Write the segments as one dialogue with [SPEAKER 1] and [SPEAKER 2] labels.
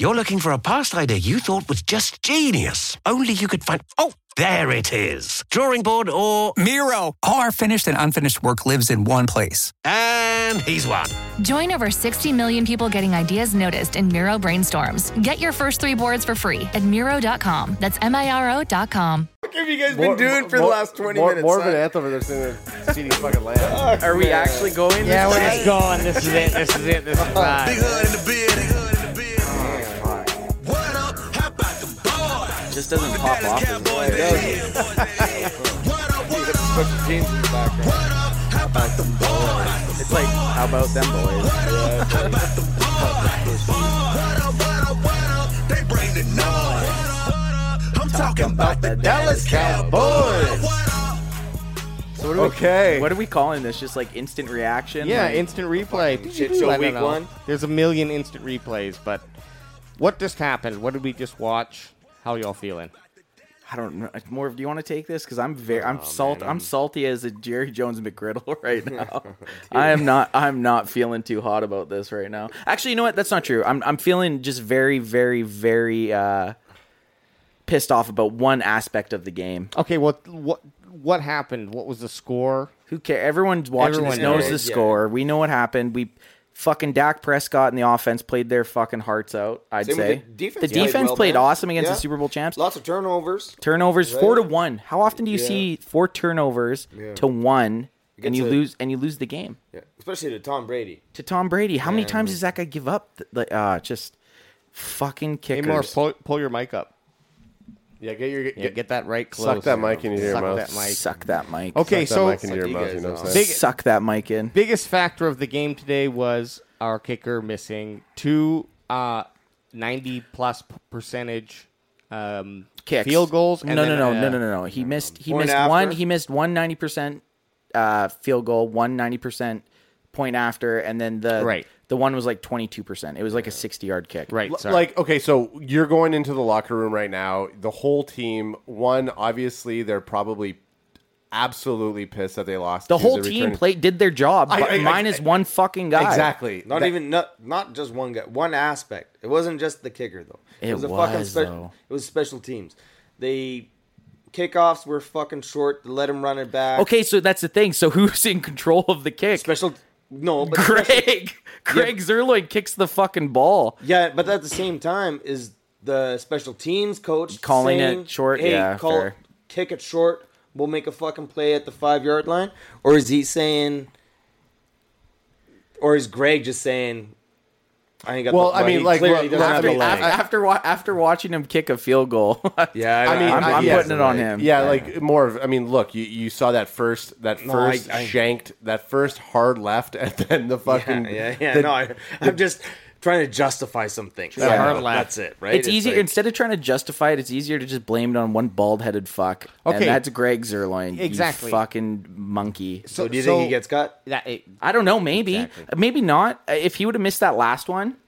[SPEAKER 1] you're looking for a past idea you thought was just genius. Only you could find. Oh, there it is. Drawing board or.
[SPEAKER 2] Miro! All our finished and unfinished work lives in one place.
[SPEAKER 1] And he's won.
[SPEAKER 3] Join over 60 million people getting ideas noticed in Miro Brainstorms. Get your first three boards for free at Miro.com. That's M I R O.com.
[SPEAKER 4] have you guys been doing for the last 20
[SPEAKER 5] more,
[SPEAKER 4] minutes?
[SPEAKER 5] More of
[SPEAKER 4] son?
[SPEAKER 5] an anthem, they're sitting there seating fucking land.
[SPEAKER 4] Are we actually going?
[SPEAKER 6] Yeah,
[SPEAKER 4] this
[SPEAKER 6] we're just going. This is it. This is it. This is
[SPEAKER 7] Big
[SPEAKER 6] mine.
[SPEAKER 7] hood in the bed, big hood in the bed. What up? How about the boys?
[SPEAKER 4] Just doesn't pop off as
[SPEAKER 7] Cowboys,
[SPEAKER 4] much.
[SPEAKER 7] they here, boys, they here. What up, what up,
[SPEAKER 5] Put your jeans in the background.
[SPEAKER 7] what up? How about the boys?
[SPEAKER 4] It's like, how about them boys?
[SPEAKER 7] How about the boys? What up, what up, what up? They bring the noise. What up? I'm talking about the Dallas Cowboys. What up?
[SPEAKER 4] So what are
[SPEAKER 5] Okay.
[SPEAKER 4] We, what are we calling this? Just like instant reaction?
[SPEAKER 6] Yeah,
[SPEAKER 4] Like,
[SPEAKER 6] instant replay.
[SPEAKER 4] shit show
[SPEAKER 6] I don't
[SPEAKER 4] week
[SPEAKER 6] know.
[SPEAKER 4] one.
[SPEAKER 6] There's a million instant replays, but what just happened? What did we just watch? How y'all feeling?
[SPEAKER 4] I don't know. More. Do you want to take this? Because I'm very. I'm salt. I'm salty as a Jerry Jones McGriddle right now. I am not. I'm not feeling too hot about this right now. Actually, you know what? That's not true. I'm. I'm feeling just very, very, very uh, pissed off about one aspect of the game.
[SPEAKER 6] Okay, what what what happened? What was the score?
[SPEAKER 4] Who cares? Everyone's watching this
[SPEAKER 6] Everyone
[SPEAKER 4] knows the
[SPEAKER 6] knows,
[SPEAKER 5] yeah.
[SPEAKER 4] score. We know what happened. We fucking Dak Prescott and the offense played their fucking hearts out. I'd
[SPEAKER 5] Same with
[SPEAKER 4] say
[SPEAKER 5] the defense
[SPEAKER 4] the
[SPEAKER 5] played
[SPEAKER 4] defense
[SPEAKER 5] well,
[SPEAKER 4] played
[SPEAKER 5] man.
[SPEAKER 4] awesome against
[SPEAKER 5] Yeah.
[SPEAKER 4] the Super Bowl champs.
[SPEAKER 5] Lots of turnovers.
[SPEAKER 4] Turnovers
[SPEAKER 5] Right.
[SPEAKER 4] four to one. How often do you
[SPEAKER 5] Yeah.
[SPEAKER 4] see four turnovers to one and
[SPEAKER 5] Against
[SPEAKER 4] you
[SPEAKER 5] a-
[SPEAKER 4] lose and you lose the game
[SPEAKER 5] Yeah. Especially to Tom Brady.
[SPEAKER 4] to Tom Brady? How many times does that guy give up? th- Like uh, just fucking
[SPEAKER 6] Hey,
[SPEAKER 4] kickers.
[SPEAKER 6] more pull, pull your mic up.
[SPEAKER 5] Yeah, get your get,
[SPEAKER 6] Yeah, get that right close.
[SPEAKER 5] that mic in your
[SPEAKER 6] Suck
[SPEAKER 5] mouth.
[SPEAKER 6] that mic.
[SPEAKER 4] Suck that mic.
[SPEAKER 6] Okay, so
[SPEAKER 5] that mic into your
[SPEAKER 6] Suck
[SPEAKER 5] mouth.
[SPEAKER 6] you
[SPEAKER 5] You know
[SPEAKER 6] guys
[SPEAKER 5] what I'm
[SPEAKER 6] off.
[SPEAKER 5] saying?
[SPEAKER 6] Big-
[SPEAKER 4] suck that mic in.
[SPEAKER 6] biggest factor of the game today was our kicker missing two uh, 90 plus p- percentage um,
[SPEAKER 4] Kicks.
[SPEAKER 6] field goals.
[SPEAKER 4] No,
[SPEAKER 6] and
[SPEAKER 4] no,
[SPEAKER 6] then,
[SPEAKER 4] no,
[SPEAKER 6] uh,
[SPEAKER 4] no, no, no, no. He missed. He
[SPEAKER 5] Point
[SPEAKER 4] missed
[SPEAKER 5] after.
[SPEAKER 4] one. He missed one ninety percent uh, field goal. One ninety percent point after, and then the
[SPEAKER 6] Right.
[SPEAKER 4] the one was like twenty two percent. It was like a sixty yard kick.
[SPEAKER 6] Right, sorry.
[SPEAKER 8] Like, okay, so you're going into the locker room right now. The whole team, one, obviously, they're probably absolutely pissed that they lost.
[SPEAKER 4] The
[SPEAKER 8] to
[SPEAKER 4] whole team
[SPEAKER 8] returning-
[SPEAKER 4] played did their job.
[SPEAKER 8] I-
[SPEAKER 4] but
[SPEAKER 8] I- I-
[SPEAKER 4] mine is one fucking guy.
[SPEAKER 8] Exactly.
[SPEAKER 5] Not
[SPEAKER 8] That-
[SPEAKER 5] even not not just one guy, one aspect. It wasn't just the kicker though.
[SPEAKER 4] It
[SPEAKER 5] a fucking
[SPEAKER 4] was,
[SPEAKER 5] special.
[SPEAKER 4] though.
[SPEAKER 5] It was special teams. They kickoffs were fucking short. They let him run it back.
[SPEAKER 4] Okay, so that's the thing. So who's in control of the kick?
[SPEAKER 5] Special. No, but
[SPEAKER 4] Craig. Craig Zerloin kicks the fucking ball.
[SPEAKER 5] Yeah, but at the same time, is the special teams coach
[SPEAKER 4] Calling
[SPEAKER 5] saying,
[SPEAKER 4] it short?
[SPEAKER 5] Hey,
[SPEAKER 4] Yeah,
[SPEAKER 5] call
[SPEAKER 4] fair.
[SPEAKER 5] kick it short. We'll make a fucking play at the five yard line, or is he saying, or is Greg just saying, I ain't got.
[SPEAKER 8] Well,
[SPEAKER 5] the,
[SPEAKER 8] I mean,
[SPEAKER 5] he
[SPEAKER 8] like,
[SPEAKER 5] clearly
[SPEAKER 8] look,
[SPEAKER 5] doesn't
[SPEAKER 8] look,
[SPEAKER 5] have
[SPEAKER 4] After,
[SPEAKER 5] the
[SPEAKER 8] mean,
[SPEAKER 5] leg.
[SPEAKER 4] after, after, wa- after watching him kick a field goal.
[SPEAKER 5] yeah,
[SPEAKER 8] I mean,
[SPEAKER 4] I'm-
[SPEAKER 8] I-
[SPEAKER 4] I'm
[SPEAKER 8] yes.
[SPEAKER 4] putting it on him.
[SPEAKER 8] Yeah, like more of. I mean, look, you, you saw that first, that
[SPEAKER 5] I-
[SPEAKER 8] first
[SPEAKER 5] I-
[SPEAKER 8] shanked, that first hard left, and then the fucking.
[SPEAKER 5] yeah, yeah.
[SPEAKER 8] the-
[SPEAKER 5] no, I, I'm just trying to justify some things. Yeah,
[SPEAKER 6] hard
[SPEAKER 5] that's it, right?
[SPEAKER 4] It's, easier
[SPEAKER 5] like-
[SPEAKER 4] instead of trying to justify it. It's easier to just blame it on one bald-headed fuck. Okay,
[SPEAKER 6] Okay.
[SPEAKER 4] that's Greg Zerloin. you
[SPEAKER 6] Exactly.
[SPEAKER 4] fucking monkey.
[SPEAKER 5] so, do you think he gets cut?
[SPEAKER 6] That, it,
[SPEAKER 4] I don't know. Maybe,
[SPEAKER 6] Exactly.
[SPEAKER 4] Uh, maybe not. Uh, If he would have missed that last one,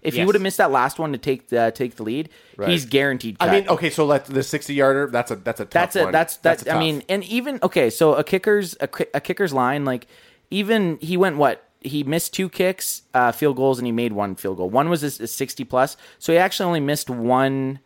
[SPEAKER 4] if he
[SPEAKER 6] Yes.
[SPEAKER 4] would have missed that last one to take the take the lead, he's guaranteed. Cut.
[SPEAKER 8] I mean, okay, so let the sixty yarder. That's a that's a tough
[SPEAKER 4] that's it.
[SPEAKER 8] one.
[SPEAKER 4] That's that.
[SPEAKER 8] a
[SPEAKER 4] I
[SPEAKER 8] tough.
[SPEAKER 4] mean, and even okay, so a kicker's a, ki- a kicker's line like even he went what he missed two kicks, uh, field goals, and he made one field goal. One was his, his sixty plus, so he actually only missed one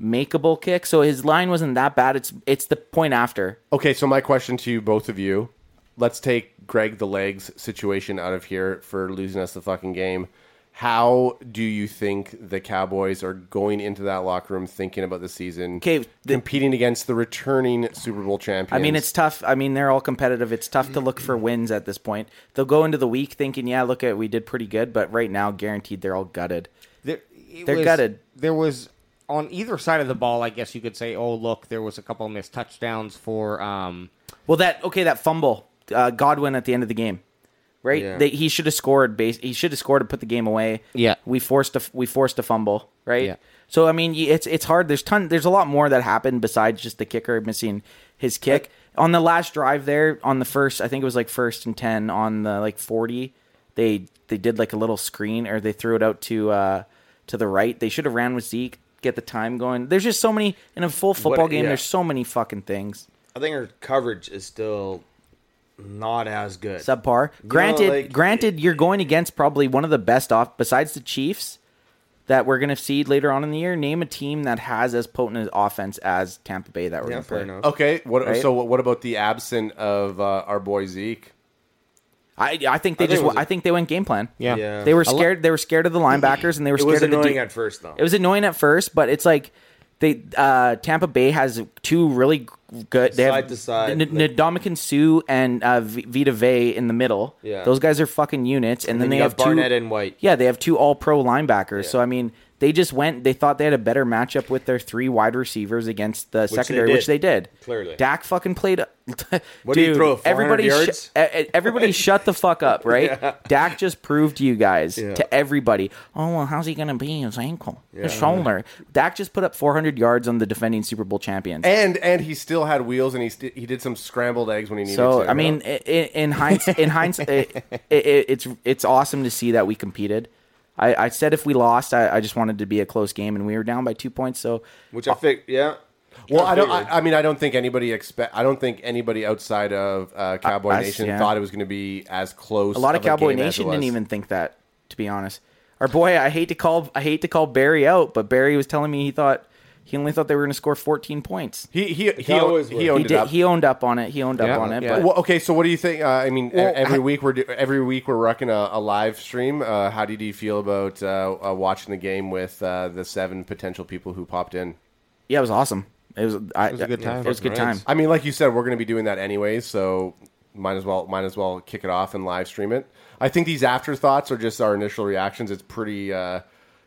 [SPEAKER 4] makeable kick. So his line wasn't that bad. It's it's the point after.
[SPEAKER 8] Okay, so my question to you, both of you, let's take Greg the legs situation out of here for losing us the fucking game. How do you think the Cowboys are going into that locker room thinking about the season?
[SPEAKER 4] Okay, the-
[SPEAKER 8] competing against the returning Super Bowl champions.
[SPEAKER 4] I mean, it's tough. I mean, they're all competitive. It's tough to look for wins at this point. They'll go into the week thinking, "Yeah, look at we did pretty good," but right now, guaranteed, they're all gutted.
[SPEAKER 6] there, it
[SPEAKER 4] They're
[SPEAKER 6] was,
[SPEAKER 4] gutted.
[SPEAKER 6] There was on either side of the ball, I guess you could say, oh look, there was a couple missed touchdowns for um,
[SPEAKER 4] Well, that okay, that fumble, uh, Godwin at the end of the game, right?
[SPEAKER 5] Yeah.
[SPEAKER 4] They, he should have scored. Base, he should have scored to put the game away.
[SPEAKER 6] Yeah.
[SPEAKER 4] we forced a f- we forced a fumble, right?
[SPEAKER 6] Yeah.
[SPEAKER 4] So I mean, y- it's it's hard. There's ton. There's a lot more that happened besides just the kicker missing his kick on the last drive there on the first. I think it was like first and ten on the like forty. They they did like a little screen or they threw it out to uh to the right. They should have ran with Zeke. Get the time going. There's just so many in a full football game.
[SPEAKER 8] yeah.
[SPEAKER 4] There's so many fucking things.
[SPEAKER 5] I think our coverage is still not as good.
[SPEAKER 4] subpar.
[SPEAKER 5] You know,
[SPEAKER 4] Granted,
[SPEAKER 5] like-
[SPEAKER 4] granted, you're going against probably one of the best off besides the Chiefs that we're going to see later on in the year. Name a team that has as potent an offense as Tampa Bay that we're
[SPEAKER 5] yeah,
[SPEAKER 4] going to play.
[SPEAKER 5] fair enough.
[SPEAKER 8] Okay. What?
[SPEAKER 4] Right?
[SPEAKER 8] So what, what about the absent of uh, our boy Zeke?
[SPEAKER 4] I, I think they
[SPEAKER 5] I think it
[SPEAKER 4] just
[SPEAKER 5] was
[SPEAKER 4] wa-
[SPEAKER 5] a-
[SPEAKER 4] I think they went game plan.
[SPEAKER 6] yeah,
[SPEAKER 5] Yeah.
[SPEAKER 4] they were
[SPEAKER 6] A lo-
[SPEAKER 4] scared. They were scared of the linebackers and they were
[SPEAKER 5] It
[SPEAKER 4] scared
[SPEAKER 5] was
[SPEAKER 4] of the.
[SPEAKER 5] annoying
[SPEAKER 4] de-
[SPEAKER 5] at first, though.
[SPEAKER 4] It was annoying at first, but it's like they uh, Tampa Bay has two really good. They
[SPEAKER 5] Side
[SPEAKER 4] have
[SPEAKER 5] to side,
[SPEAKER 4] N-
[SPEAKER 5] like-
[SPEAKER 4] Ndamukong Suh and uh, v- Vita Vey in the middle.
[SPEAKER 5] Yeah.
[SPEAKER 4] those guys are fucking units, and, then,
[SPEAKER 5] then
[SPEAKER 4] they
[SPEAKER 5] you
[SPEAKER 4] have
[SPEAKER 5] got Barnett
[SPEAKER 4] two,
[SPEAKER 5] and White.
[SPEAKER 4] Yeah, they have two All Pro linebackers. So I mean, they just went. They thought they had a better matchup with their three wide receivers against the secondary,
[SPEAKER 5] did.
[SPEAKER 4] which they did.
[SPEAKER 5] Clearly.
[SPEAKER 4] Dak fucking played.
[SPEAKER 5] What did he
[SPEAKER 4] Dude,
[SPEAKER 5] throw, 400
[SPEAKER 4] Everybody,
[SPEAKER 5] yards?
[SPEAKER 4] e- e- everybody, shut the fuck up, right? Dak just proved to you guys, to everybody. Oh well, how's he gonna be his ankle, his shoulder? Dak just put up 400 yards on the defending Super Bowl champions.
[SPEAKER 8] And and he still had wheels, and he st- he did some scrambled eggs when he needed
[SPEAKER 4] So
[SPEAKER 8] to.
[SPEAKER 4] I mean, i- i- in hindsight, in hindsight, it, it, it's it's awesome to see that we competed. I, I said if we lost, I, I just wanted to be a close game, and we were down by two points. So
[SPEAKER 5] Which I think, yeah.
[SPEAKER 8] Well, I don't.
[SPEAKER 5] figured.
[SPEAKER 8] I, I mean, I don't think anybody expect. I don't think anybody outside of uh, Cowboy
[SPEAKER 4] us,
[SPEAKER 8] Nation
[SPEAKER 4] yeah.
[SPEAKER 8] thought it was going to be as close.
[SPEAKER 4] a lot of Cowboy
[SPEAKER 8] game as
[SPEAKER 4] Nation
[SPEAKER 8] it
[SPEAKER 4] didn't
[SPEAKER 8] was.
[SPEAKER 4] even think that, to be honest. Our boy, I hate to call I hate to call Barry out, but Barry was telling me he thought he only thought they were going to score 14 points.
[SPEAKER 8] He he he,
[SPEAKER 5] Cowboys
[SPEAKER 8] owned,
[SPEAKER 5] were.
[SPEAKER 8] he owned
[SPEAKER 4] He
[SPEAKER 8] it
[SPEAKER 4] did.
[SPEAKER 8] up.
[SPEAKER 4] He owned up on it. He owned
[SPEAKER 6] Yeah,
[SPEAKER 4] up on it.
[SPEAKER 6] yeah.
[SPEAKER 4] But
[SPEAKER 8] well, okay, so what do you think? Uh, I mean, e-
[SPEAKER 4] Well,
[SPEAKER 8] every
[SPEAKER 4] I-
[SPEAKER 8] week we're do, every week we're rocking a, a live stream. Uh, how did you feel about uh, uh, watching the game with uh, the seven potential people who popped in?
[SPEAKER 4] yeah, it was awesome. It was. I, it
[SPEAKER 6] was a good time.
[SPEAKER 4] It was a good
[SPEAKER 6] Fucking
[SPEAKER 4] time.
[SPEAKER 6] right.
[SPEAKER 8] I mean, like you said, we're going to be doing that anyways, so might as well might as well kick it off and live stream it. I think these afterthoughts are just our initial reactions. It's pretty uh,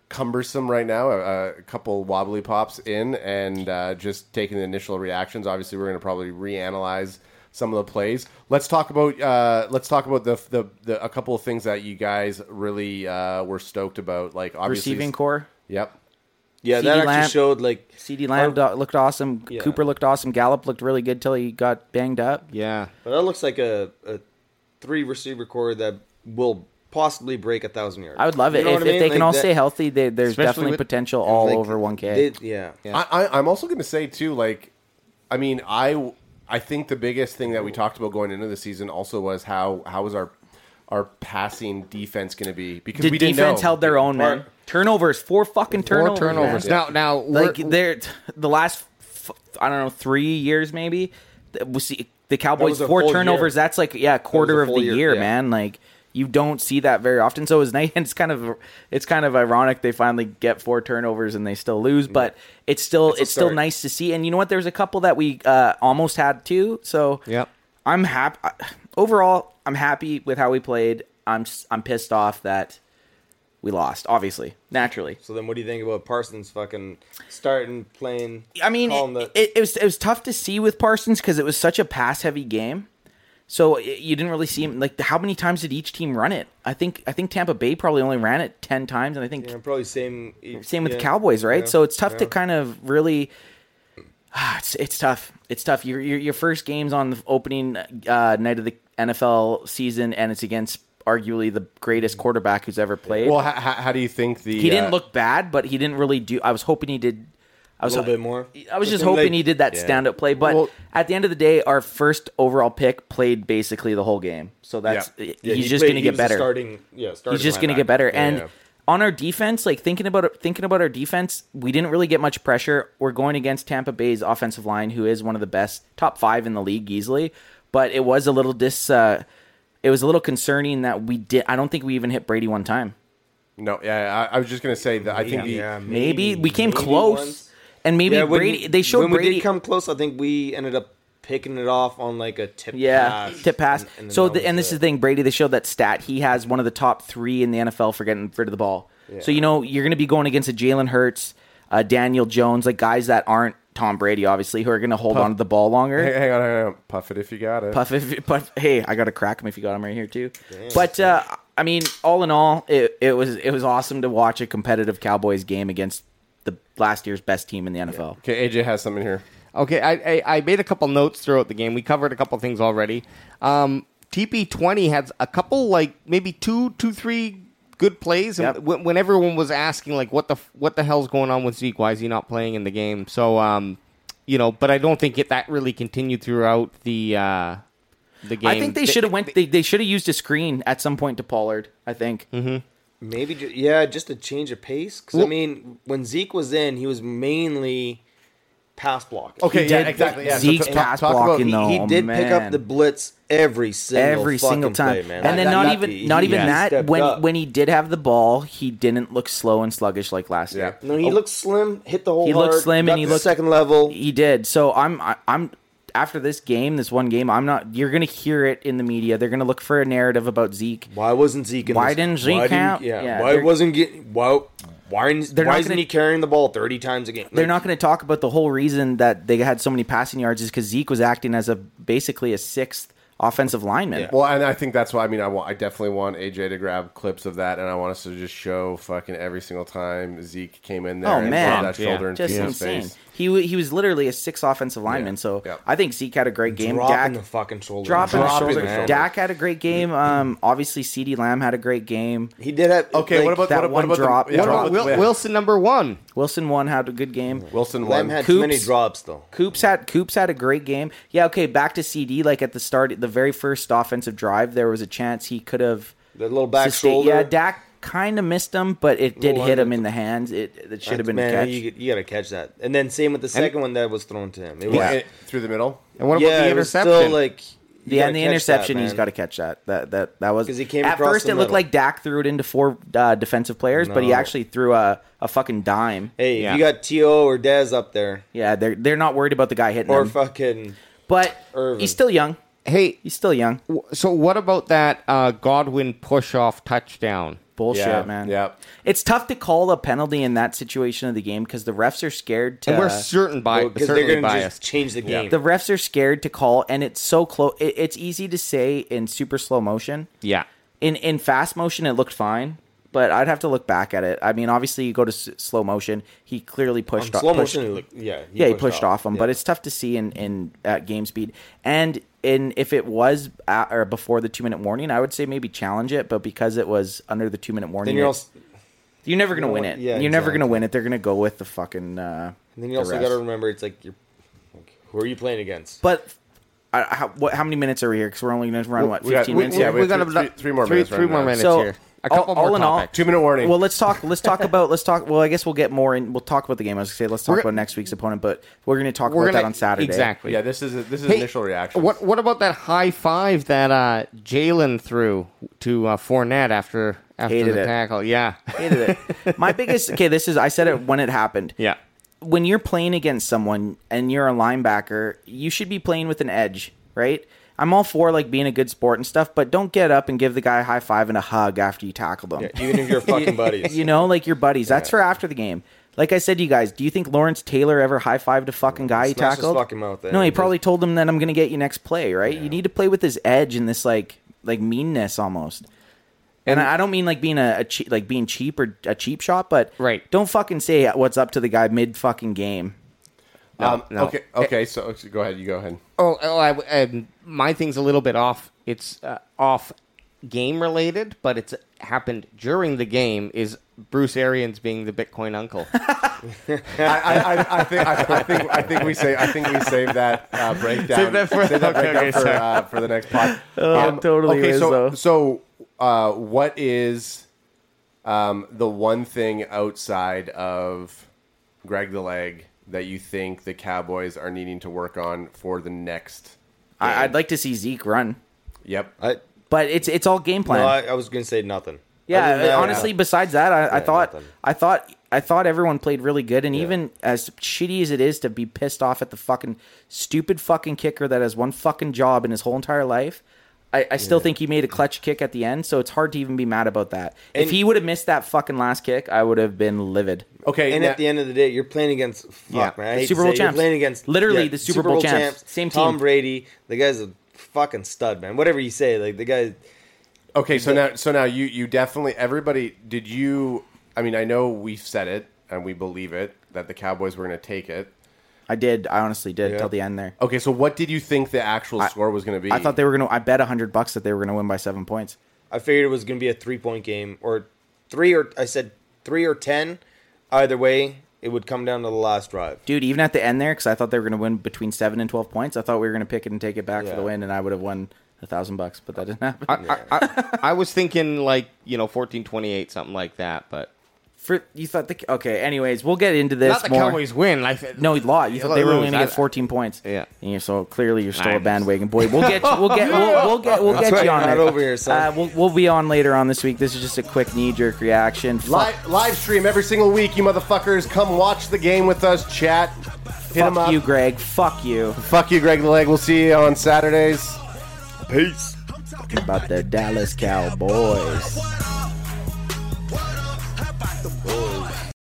[SPEAKER 8] cumbersome right now. A, a couple wobbly pops in and uh, just taking the initial reactions. Obviously, we're going to probably reanalyze some of the plays. Let's talk about uh, let's talk about the, the the a couple of things that you guys really uh, were stoked about. Like obviously,
[SPEAKER 4] Receiving core.
[SPEAKER 8] Yep.
[SPEAKER 5] Yeah,
[SPEAKER 4] CD
[SPEAKER 5] that actually
[SPEAKER 4] Lamb.
[SPEAKER 5] showed, like,
[SPEAKER 4] CD Lamb do- looked awesome.
[SPEAKER 5] Yeah.
[SPEAKER 4] Cooper looked awesome. Gallup looked really good till he got banged up.
[SPEAKER 6] yeah.
[SPEAKER 5] but that looks like a, a three receiver core that will possibly break a thousand yards.
[SPEAKER 4] I would love
[SPEAKER 5] You
[SPEAKER 4] it
[SPEAKER 5] know
[SPEAKER 4] if,
[SPEAKER 5] what I
[SPEAKER 4] if
[SPEAKER 5] mean?
[SPEAKER 4] they can
[SPEAKER 5] Like
[SPEAKER 4] all
[SPEAKER 5] that-
[SPEAKER 4] stay healthy. They, there's
[SPEAKER 6] Especially
[SPEAKER 4] definitely
[SPEAKER 6] with-
[SPEAKER 4] potential all
[SPEAKER 5] like,
[SPEAKER 4] over 1K.
[SPEAKER 5] they- yeah.
[SPEAKER 8] I, I, I'm also going to say too, like, I mean, I I think the biggest thing that we talked about going into the season also was how how was our our passing defense going to be because
[SPEAKER 4] the
[SPEAKER 8] we didn't
[SPEAKER 4] defense
[SPEAKER 8] know.
[SPEAKER 4] held their own, man. Turnovers, four fucking
[SPEAKER 6] Four
[SPEAKER 4] turnovers.
[SPEAKER 6] turnovers.
[SPEAKER 4] man.
[SPEAKER 6] Now, now,
[SPEAKER 4] Like
[SPEAKER 6] we're-
[SPEAKER 4] they're the last, f- I don't know, three years maybe. th- We see the Cowboys
[SPEAKER 5] was a
[SPEAKER 4] four
[SPEAKER 5] full
[SPEAKER 4] turnovers.
[SPEAKER 5] year.
[SPEAKER 4] That's like yeah, a quarter of
[SPEAKER 5] full
[SPEAKER 4] the year,
[SPEAKER 5] year, yeah.
[SPEAKER 4] man. Like you don't see that very often. So it's nice. It's kind of it's kind of ironic they finally get four turnovers and they still lose, but it's still it's, still
[SPEAKER 5] start.
[SPEAKER 4] nice to see. And you know what? There's a couple that we uh, almost had too. So
[SPEAKER 6] Yep.
[SPEAKER 4] I'm happy. Overall, I'm happy with how we played. I'm s- I'm pissed off that we lost. Obviously, naturally.
[SPEAKER 5] So then, what do you think about Parsons fucking starting playing?
[SPEAKER 4] I mean,
[SPEAKER 5] calling
[SPEAKER 4] it,
[SPEAKER 5] the,
[SPEAKER 4] it, it was it was tough to see with Parsons because it was such a pass heavy game. So i you didn't really see him. Like, how many times did each team run it? I think I think Tampa Bay probably only ran it ten times, and I think
[SPEAKER 5] you know, probably same.
[SPEAKER 4] same with
[SPEAKER 5] yeah,
[SPEAKER 4] the Cowboys, right?
[SPEAKER 5] yeah,
[SPEAKER 4] so it's tough to
[SPEAKER 5] yeah.
[SPEAKER 4] kind of really. Ah, it's it's tough. It's tough. Your your, your first game's on the opening uh, night of the NFL season, and it's against arguably the greatest quarterback who's ever played.
[SPEAKER 8] Well, how, how do you think the
[SPEAKER 4] he
[SPEAKER 8] uh,
[SPEAKER 4] didn't look bad, but he didn't really do. I was hoping he did. I was
[SPEAKER 5] A little bit more.
[SPEAKER 4] I was just
[SPEAKER 5] Looking
[SPEAKER 4] hoping
[SPEAKER 5] like-
[SPEAKER 4] he did that
[SPEAKER 5] Yeah.
[SPEAKER 4] stand up play, but
[SPEAKER 8] Well-
[SPEAKER 4] at the end of the day, our first overall pick played basically the whole game. So that's
[SPEAKER 8] Yeah.
[SPEAKER 5] Yeah,
[SPEAKER 4] he's
[SPEAKER 5] he
[SPEAKER 4] just
[SPEAKER 5] played-
[SPEAKER 4] going to
[SPEAKER 5] he
[SPEAKER 4] get
[SPEAKER 5] was the
[SPEAKER 4] better.
[SPEAKER 5] Starting, yeah, starting
[SPEAKER 4] he's just going to get
[SPEAKER 5] linebacker.
[SPEAKER 4] better.
[SPEAKER 5] Yeah,
[SPEAKER 4] and
[SPEAKER 5] yeah.
[SPEAKER 4] on our defense, like thinking about thinking about our defense, we didn't really get much pressure. We're going against Tampa Bay's offensive line, who is one of the best, top five in the league easily. But it was a little dis. Uh, it was a little concerning that we did. I don't think we even hit Brady one time.
[SPEAKER 8] No, yeah, I, I was just going to say that I think the
[SPEAKER 5] Yeah,
[SPEAKER 4] Maybe, we came
[SPEAKER 5] maybe
[SPEAKER 4] close,
[SPEAKER 5] once.
[SPEAKER 4] and maybe
[SPEAKER 5] Yeah, when-
[SPEAKER 4] Brady. They showed
[SPEAKER 5] when
[SPEAKER 4] Brady.
[SPEAKER 5] we did come close. I think we ended up picking it off on like a tip.
[SPEAKER 4] Yeah,
[SPEAKER 5] pass,
[SPEAKER 4] tip pass.
[SPEAKER 5] and- and then
[SPEAKER 4] so,
[SPEAKER 5] that
[SPEAKER 4] the,
[SPEAKER 5] was
[SPEAKER 4] and this is
[SPEAKER 5] it.
[SPEAKER 4] the thing, Brady. They showed that stat. He has one of the top three in the NFL for getting rid of the ball. So you know you're going to be going against a Jalen Hurts, uh, Daniel Jones, like guys that aren't Tom Brady, obviously, who are going to hold on to the ball longer.
[SPEAKER 8] Hang, hang on, hang on. Puff it if you got it.
[SPEAKER 4] Puff, if, puff. Hey, I got to crack him if you got him right here too. but uh, I mean, all in all, it, it was it was awesome to watch a competitive Cowboys game against the last year's best team in the NFL.
[SPEAKER 8] Okay, AJ has something here.
[SPEAKER 6] Okay, I, I, I made a couple notes throughout the game. We covered a couple things already. Um, TP20 had a couple, like maybe two, two, three good plays.
[SPEAKER 4] Yep.
[SPEAKER 6] And when, when everyone was asking, like, what the f- what the hell's going on with Zeke? Why is he not playing in the game? So, um, you know, but I don't think it, that really continued throughout the uh, the game.
[SPEAKER 4] I think they should have went. They, they should have used a screen at some point to Pollard. I think.
[SPEAKER 5] Maybe, ju- yeah, just a change of pace. Because, I mean, when Zeke was in, he was mainly pass blocking.
[SPEAKER 8] Okay,
[SPEAKER 4] did-
[SPEAKER 8] yeah, exactly. Yeah.
[SPEAKER 4] Zeke's
[SPEAKER 8] t-
[SPEAKER 4] pass
[SPEAKER 8] about-
[SPEAKER 4] blocking,
[SPEAKER 5] He,
[SPEAKER 4] though.
[SPEAKER 5] he
[SPEAKER 4] Oh,
[SPEAKER 5] did pick
[SPEAKER 4] man.
[SPEAKER 5] up the blitz every single
[SPEAKER 4] every single
[SPEAKER 5] fucking
[SPEAKER 4] time.
[SPEAKER 5] play, man.
[SPEAKER 4] And then
[SPEAKER 5] That-
[SPEAKER 4] not
[SPEAKER 5] that-
[SPEAKER 4] even
[SPEAKER 5] he-
[SPEAKER 4] not
[SPEAKER 5] he
[SPEAKER 4] even that
[SPEAKER 5] stepped
[SPEAKER 4] when
[SPEAKER 5] up.
[SPEAKER 4] when he did have the ball, he didn't look slow and sluggish like last year.
[SPEAKER 8] Yeah.
[SPEAKER 5] No, he looked slim. Hit the whole.
[SPEAKER 4] He looked
[SPEAKER 5] hard,
[SPEAKER 4] slim and
[SPEAKER 5] got
[SPEAKER 4] he
[SPEAKER 5] the
[SPEAKER 4] looked-
[SPEAKER 5] second level.
[SPEAKER 4] He did. So I'm I, I'm after this game, this one game, I'm not you're going to hear it in the media. They're going to look for a narrative about Zeke.
[SPEAKER 5] Why wasn't Zeke? In
[SPEAKER 4] Why
[SPEAKER 5] this-
[SPEAKER 4] didn't Zeke count?
[SPEAKER 5] Yeah.
[SPEAKER 4] Yeah,
[SPEAKER 5] why
[SPEAKER 4] they're-
[SPEAKER 5] wasn't getting? Why? Why, isn't-
[SPEAKER 4] They're
[SPEAKER 5] why
[SPEAKER 4] not
[SPEAKER 5] isn't
[SPEAKER 4] gonna-
[SPEAKER 5] he carrying the ball thirty times a game?
[SPEAKER 4] They're
[SPEAKER 5] Like,
[SPEAKER 4] not going to talk about the whole reason that they had so many passing yards is cuz Zeke was acting as a basically a sixth offensive lineman.
[SPEAKER 8] Well, and I think that's why. I mean, I want. I definitely want AJ to grab clips of that, and I want us to just show fucking every single time Zeke came in there.
[SPEAKER 4] Oh,
[SPEAKER 8] and
[SPEAKER 4] man.
[SPEAKER 8] grabbed that
[SPEAKER 6] Yeah.
[SPEAKER 8] shoulder and
[SPEAKER 4] Just
[SPEAKER 8] just his
[SPEAKER 4] insane.
[SPEAKER 8] face.
[SPEAKER 4] He wa- he was literally a six offensive lineman. So
[SPEAKER 8] Yeah.
[SPEAKER 4] I think Zeke had a great game.
[SPEAKER 5] dropping
[SPEAKER 4] Dak-
[SPEAKER 5] the fucking shoulder.
[SPEAKER 4] dropping the
[SPEAKER 8] Dropping
[SPEAKER 4] shoulder.
[SPEAKER 8] the shoulder.
[SPEAKER 4] Dak had a great game. Um, obviously, Ceedee Lamb had a great game.
[SPEAKER 5] He did have.
[SPEAKER 8] Okay,
[SPEAKER 5] like,
[SPEAKER 8] what about
[SPEAKER 4] that
[SPEAKER 8] what,
[SPEAKER 4] one
[SPEAKER 8] what about
[SPEAKER 4] drop-
[SPEAKER 8] The, yeah,
[SPEAKER 4] drop.
[SPEAKER 8] what about
[SPEAKER 6] Wil-
[SPEAKER 8] the-
[SPEAKER 6] Wilson number one.
[SPEAKER 4] Wilson one had a good game.
[SPEAKER 8] Wilson
[SPEAKER 5] Lamb
[SPEAKER 8] won.
[SPEAKER 5] had too many
[SPEAKER 4] Coops.
[SPEAKER 5] drops though.
[SPEAKER 4] Coops had Coops had a great game. Yeah, okay. Back to CD. Like at the start, the very first offensive drive, there was a chance he could have
[SPEAKER 5] The little back
[SPEAKER 4] sustained-
[SPEAKER 5] shoulder.
[SPEAKER 4] Yeah, Dak kind of missed him, but it did
[SPEAKER 5] Little
[SPEAKER 4] hit him
[SPEAKER 5] under-
[SPEAKER 4] in the hands. It it should have been a
[SPEAKER 5] man.
[SPEAKER 4] catch.
[SPEAKER 5] You, you gotta catch that. And then same with the second one that was thrown to him. It was,
[SPEAKER 8] Yeah. Eh, through the middle.
[SPEAKER 6] And what about
[SPEAKER 5] yeah,
[SPEAKER 6] the
[SPEAKER 5] it was
[SPEAKER 6] interception?
[SPEAKER 5] still like. you
[SPEAKER 4] yeah,
[SPEAKER 5] gotta
[SPEAKER 4] and the
[SPEAKER 5] catch that,
[SPEAKER 4] interception, he's
[SPEAKER 5] man.
[SPEAKER 4] got to catch that. That that that was
[SPEAKER 5] 'Cause he came
[SPEAKER 4] at
[SPEAKER 5] across
[SPEAKER 4] first.
[SPEAKER 5] the
[SPEAKER 4] It looked
[SPEAKER 5] middle.
[SPEAKER 4] like Dak threw it into four uh, defensive players, but he
[SPEAKER 5] No.
[SPEAKER 4] actually threw a, a fucking dime.
[SPEAKER 5] Hey,
[SPEAKER 6] Yeah.
[SPEAKER 5] if you got To or Dez up there,
[SPEAKER 4] Yeah, they're they're not worried about the guy hitting
[SPEAKER 5] or
[SPEAKER 4] him.
[SPEAKER 5] fucking
[SPEAKER 4] But
[SPEAKER 5] Irvin.
[SPEAKER 4] he's still young.
[SPEAKER 6] hey,
[SPEAKER 4] He's still young.
[SPEAKER 6] w- so what about that uh, Godwin push off touchdown?
[SPEAKER 4] Bullshit,
[SPEAKER 8] Yeah,
[SPEAKER 4] man.
[SPEAKER 8] yeah.
[SPEAKER 4] It's tough to call a penalty in that situation of the game because the refs are scared to.
[SPEAKER 6] And we're certain by
[SPEAKER 5] because they're
[SPEAKER 6] certainly
[SPEAKER 5] gonna just
[SPEAKER 6] biased.
[SPEAKER 5] change the game.
[SPEAKER 4] the refs are scared to call, and it's so close. It, it's easy to say in super slow motion.
[SPEAKER 6] yeah.
[SPEAKER 4] In in fast motion, it looked fine, but I'd have to look back at it. I mean, obviously, you go to s- slow motion. He clearly pushed
[SPEAKER 5] slow
[SPEAKER 4] off, pushed-
[SPEAKER 5] motion, it looked- yeah,
[SPEAKER 4] yeah, he pushed off, him, but it's tough to see in in at game speed. And in if it was at, or before the two minute warning, I would say maybe challenge it. But because it was under the two minute warning,
[SPEAKER 5] then you're
[SPEAKER 4] it-
[SPEAKER 5] also
[SPEAKER 4] You're never gonna
[SPEAKER 5] You know
[SPEAKER 4] win
[SPEAKER 5] what?
[SPEAKER 4] it.
[SPEAKER 5] Yeah,
[SPEAKER 4] You're never gonna
[SPEAKER 5] exactly.
[SPEAKER 4] win it. They're gonna go with the fucking. Uh,
[SPEAKER 5] and then you
[SPEAKER 4] the
[SPEAKER 5] also
[SPEAKER 4] refs.
[SPEAKER 5] got to remember it's like you're like, who are you playing against?
[SPEAKER 4] But I, how, what, how many minutes are we here? Because we're only gonna run what
[SPEAKER 8] we got-
[SPEAKER 4] 15
[SPEAKER 8] we-
[SPEAKER 4] minutes.
[SPEAKER 8] we-
[SPEAKER 4] here?
[SPEAKER 8] we got three-
[SPEAKER 6] another-
[SPEAKER 8] three more
[SPEAKER 6] three,
[SPEAKER 8] minutes
[SPEAKER 6] three
[SPEAKER 8] right
[SPEAKER 6] more
[SPEAKER 8] now.
[SPEAKER 6] minutes
[SPEAKER 4] So,
[SPEAKER 6] here. A
[SPEAKER 4] all-
[SPEAKER 6] couple
[SPEAKER 4] all
[SPEAKER 6] more
[SPEAKER 4] in all,
[SPEAKER 6] topics.
[SPEAKER 8] Two minute warning.
[SPEAKER 4] Well, let's talk. Let's talk about. Let's talk. Well, I guess we'll get more in. We'll talk about the game. I was gonna say let's talk
[SPEAKER 6] We're-
[SPEAKER 4] about next week's opponent, but we're gonna talk
[SPEAKER 6] We're
[SPEAKER 4] about that
[SPEAKER 6] gonna-
[SPEAKER 4] on Saturday.
[SPEAKER 6] Exactly.
[SPEAKER 8] yeah, this is this is
[SPEAKER 6] Hey,
[SPEAKER 8] initial reaction.
[SPEAKER 6] What What about that high five that uh, Jalen threw to uh, Fournette after after
[SPEAKER 4] Hated
[SPEAKER 6] the
[SPEAKER 4] it.
[SPEAKER 6] tackle? Yeah,
[SPEAKER 4] Hated it. My biggest. Okay, this is. I said it when it happened.
[SPEAKER 6] yeah.
[SPEAKER 4] when you're playing against someone and you're a linebacker, you should be playing with an edge, right? I'm all for like being a good sport and stuff, but don't get up and give the guy a high five and a hug after you tackle them.
[SPEAKER 5] Even if you're fucking buddies,
[SPEAKER 4] You know, like your buddies. That's for after the game. Like I said to you guys, do you think Lawrence Taylor ever high fived a fucking guy he
[SPEAKER 5] Smash his
[SPEAKER 4] tackled?
[SPEAKER 5] fucking mouth in.
[SPEAKER 4] no, he probably told him that I'm gonna get you next play, right? You need to play with this edge and this like like meanness almost. And, I I don't mean like being a, a che- like being cheap or a cheap shot, but
[SPEAKER 6] Right.
[SPEAKER 4] don't fucking say what's up to the guy mid fucking game.
[SPEAKER 8] um,
[SPEAKER 6] no.
[SPEAKER 8] Okay, okay. So so go ahead. You go ahead.
[SPEAKER 6] Oh, oh I, um, my thing's a little bit off. It's uh, off game related, but it's happened during the game. Is Bruce Arians being the Bitcoin uncle?
[SPEAKER 8] I, I, I, I think I, I think I think we say I think we save that uh, breakdown.
[SPEAKER 6] Save that for- okay,
[SPEAKER 8] breakdown
[SPEAKER 6] okay,
[SPEAKER 8] for,
[SPEAKER 6] sorry. Oh,
[SPEAKER 8] uh, for the next pod. Um,
[SPEAKER 4] totally
[SPEAKER 8] Okay,
[SPEAKER 4] is,
[SPEAKER 8] so
[SPEAKER 4] though.
[SPEAKER 8] so uh, what is um, the one thing outside of Greg the Leg that you think the Cowboys are needing to work on for the next?
[SPEAKER 4] I, I'd like to see Zeke run,
[SPEAKER 8] Yep.
[SPEAKER 5] I,
[SPEAKER 4] but it's it's all game
[SPEAKER 5] no,
[SPEAKER 4] plan.
[SPEAKER 5] I, I was gonna say nothing. Other
[SPEAKER 4] yeah, uh,
[SPEAKER 5] than that,
[SPEAKER 4] honestly,
[SPEAKER 5] yeah.
[SPEAKER 4] besides that, I, I
[SPEAKER 5] Yeah,
[SPEAKER 4] thought
[SPEAKER 5] nothing.
[SPEAKER 4] I thought I thought everyone played really good, and even as shitty as it is to be pissed off at the fucking stupid fucking kicker that has one fucking job in his whole entire life, I, I still think he made a clutch kick at the end, so it's hard to even be mad about that. if
[SPEAKER 5] And-
[SPEAKER 4] he would have missed that fucking last kick, I would have been livid.
[SPEAKER 8] Okay,
[SPEAKER 5] And
[SPEAKER 8] now-
[SPEAKER 5] at the end of the day, you're playing against fuck,
[SPEAKER 6] Yeah.
[SPEAKER 5] man. I hate to
[SPEAKER 4] Super
[SPEAKER 5] say
[SPEAKER 4] Bowl
[SPEAKER 5] it, you're
[SPEAKER 4] champs.
[SPEAKER 5] playing against
[SPEAKER 4] Literally the Super Bowl champs. Same
[SPEAKER 5] Tom
[SPEAKER 4] team.
[SPEAKER 5] Brady, the guy's a fucking stud, man. Whatever you say, like the guy.
[SPEAKER 8] Okay, so now, so now you you definitely everybody. Did you? I mean, I know we've said it and we believe it that the Cowboys were going to take it.
[SPEAKER 4] I did. I honestly did till the end there.
[SPEAKER 8] Okay, so what did you think the actual score was going to be?
[SPEAKER 4] I thought they were gonna. I bet a hundred bucks that they were gonna win by seven points.
[SPEAKER 5] I figured it was going to be a three point game or three or I said three or ten. Either way, it would come down to the last drive.
[SPEAKER 4] Dude, even at the end there, because I thought they were gonna win between seven and twelve points. I thought we were gonna pick it and take it back for
[SPEAKER 5] Yeah.
[SPEAKER 4] the win, and I would have won a thousand bucks, but that didn't happen.
[SPEAKER 6] I, I, I, I was thinking like you know fourteen twenty eight something like that, but
[SPEAKER 4] For you thought the okay. Anyways, we'll get into this
[SPEAKER 6] not the
[SPEAKER 4] more.
[SPEAKER 6] Cowboys win. Like
[SPEAKER 4] No, you lost. You thought they were
[SPEAKER 6] lose.
[SPEAKER 4] only going to
[SPEAKER 6] I-
[SPEAKER 4] get 14 points.
[SPEAKER 6] Yeah.
[SPEAKER 4] And you- so clearly you're still a
[SPEAKER 6] Nice.
[SPEAKER 4] bandwagon boy. We'll get you, we'll get we'll, we'll get we'll
[SPEAKER 5] That's
[SPEAKER 4] get you
[SPEAKER 5] right,
[SPEAKER 4] on
[SPEAKER 5] not
[SPEAKER 4] it.
[SPEAKER 5] over here, son.
[SPEAKER 4] Uh, we'll, we'll be on later on this week. This is just a quick knee jerk reaction. Fuck,
[SPEAKER 8] live, live stream every single week. You motherfuckers, come watch the game with us. Chat, hit 'em
[SPEAKER 4] fuck
[SPEAKER 8] up.
[SPEAKER 4] you, Greg. Fuck you.
[SPEAKER 8] Fuck you, Greg the Leg. We'll see you on Saturdays. Peace.
[SPEAKER 4] About the Dallas Cowboys.
[SPEAKER 7] Cowboys.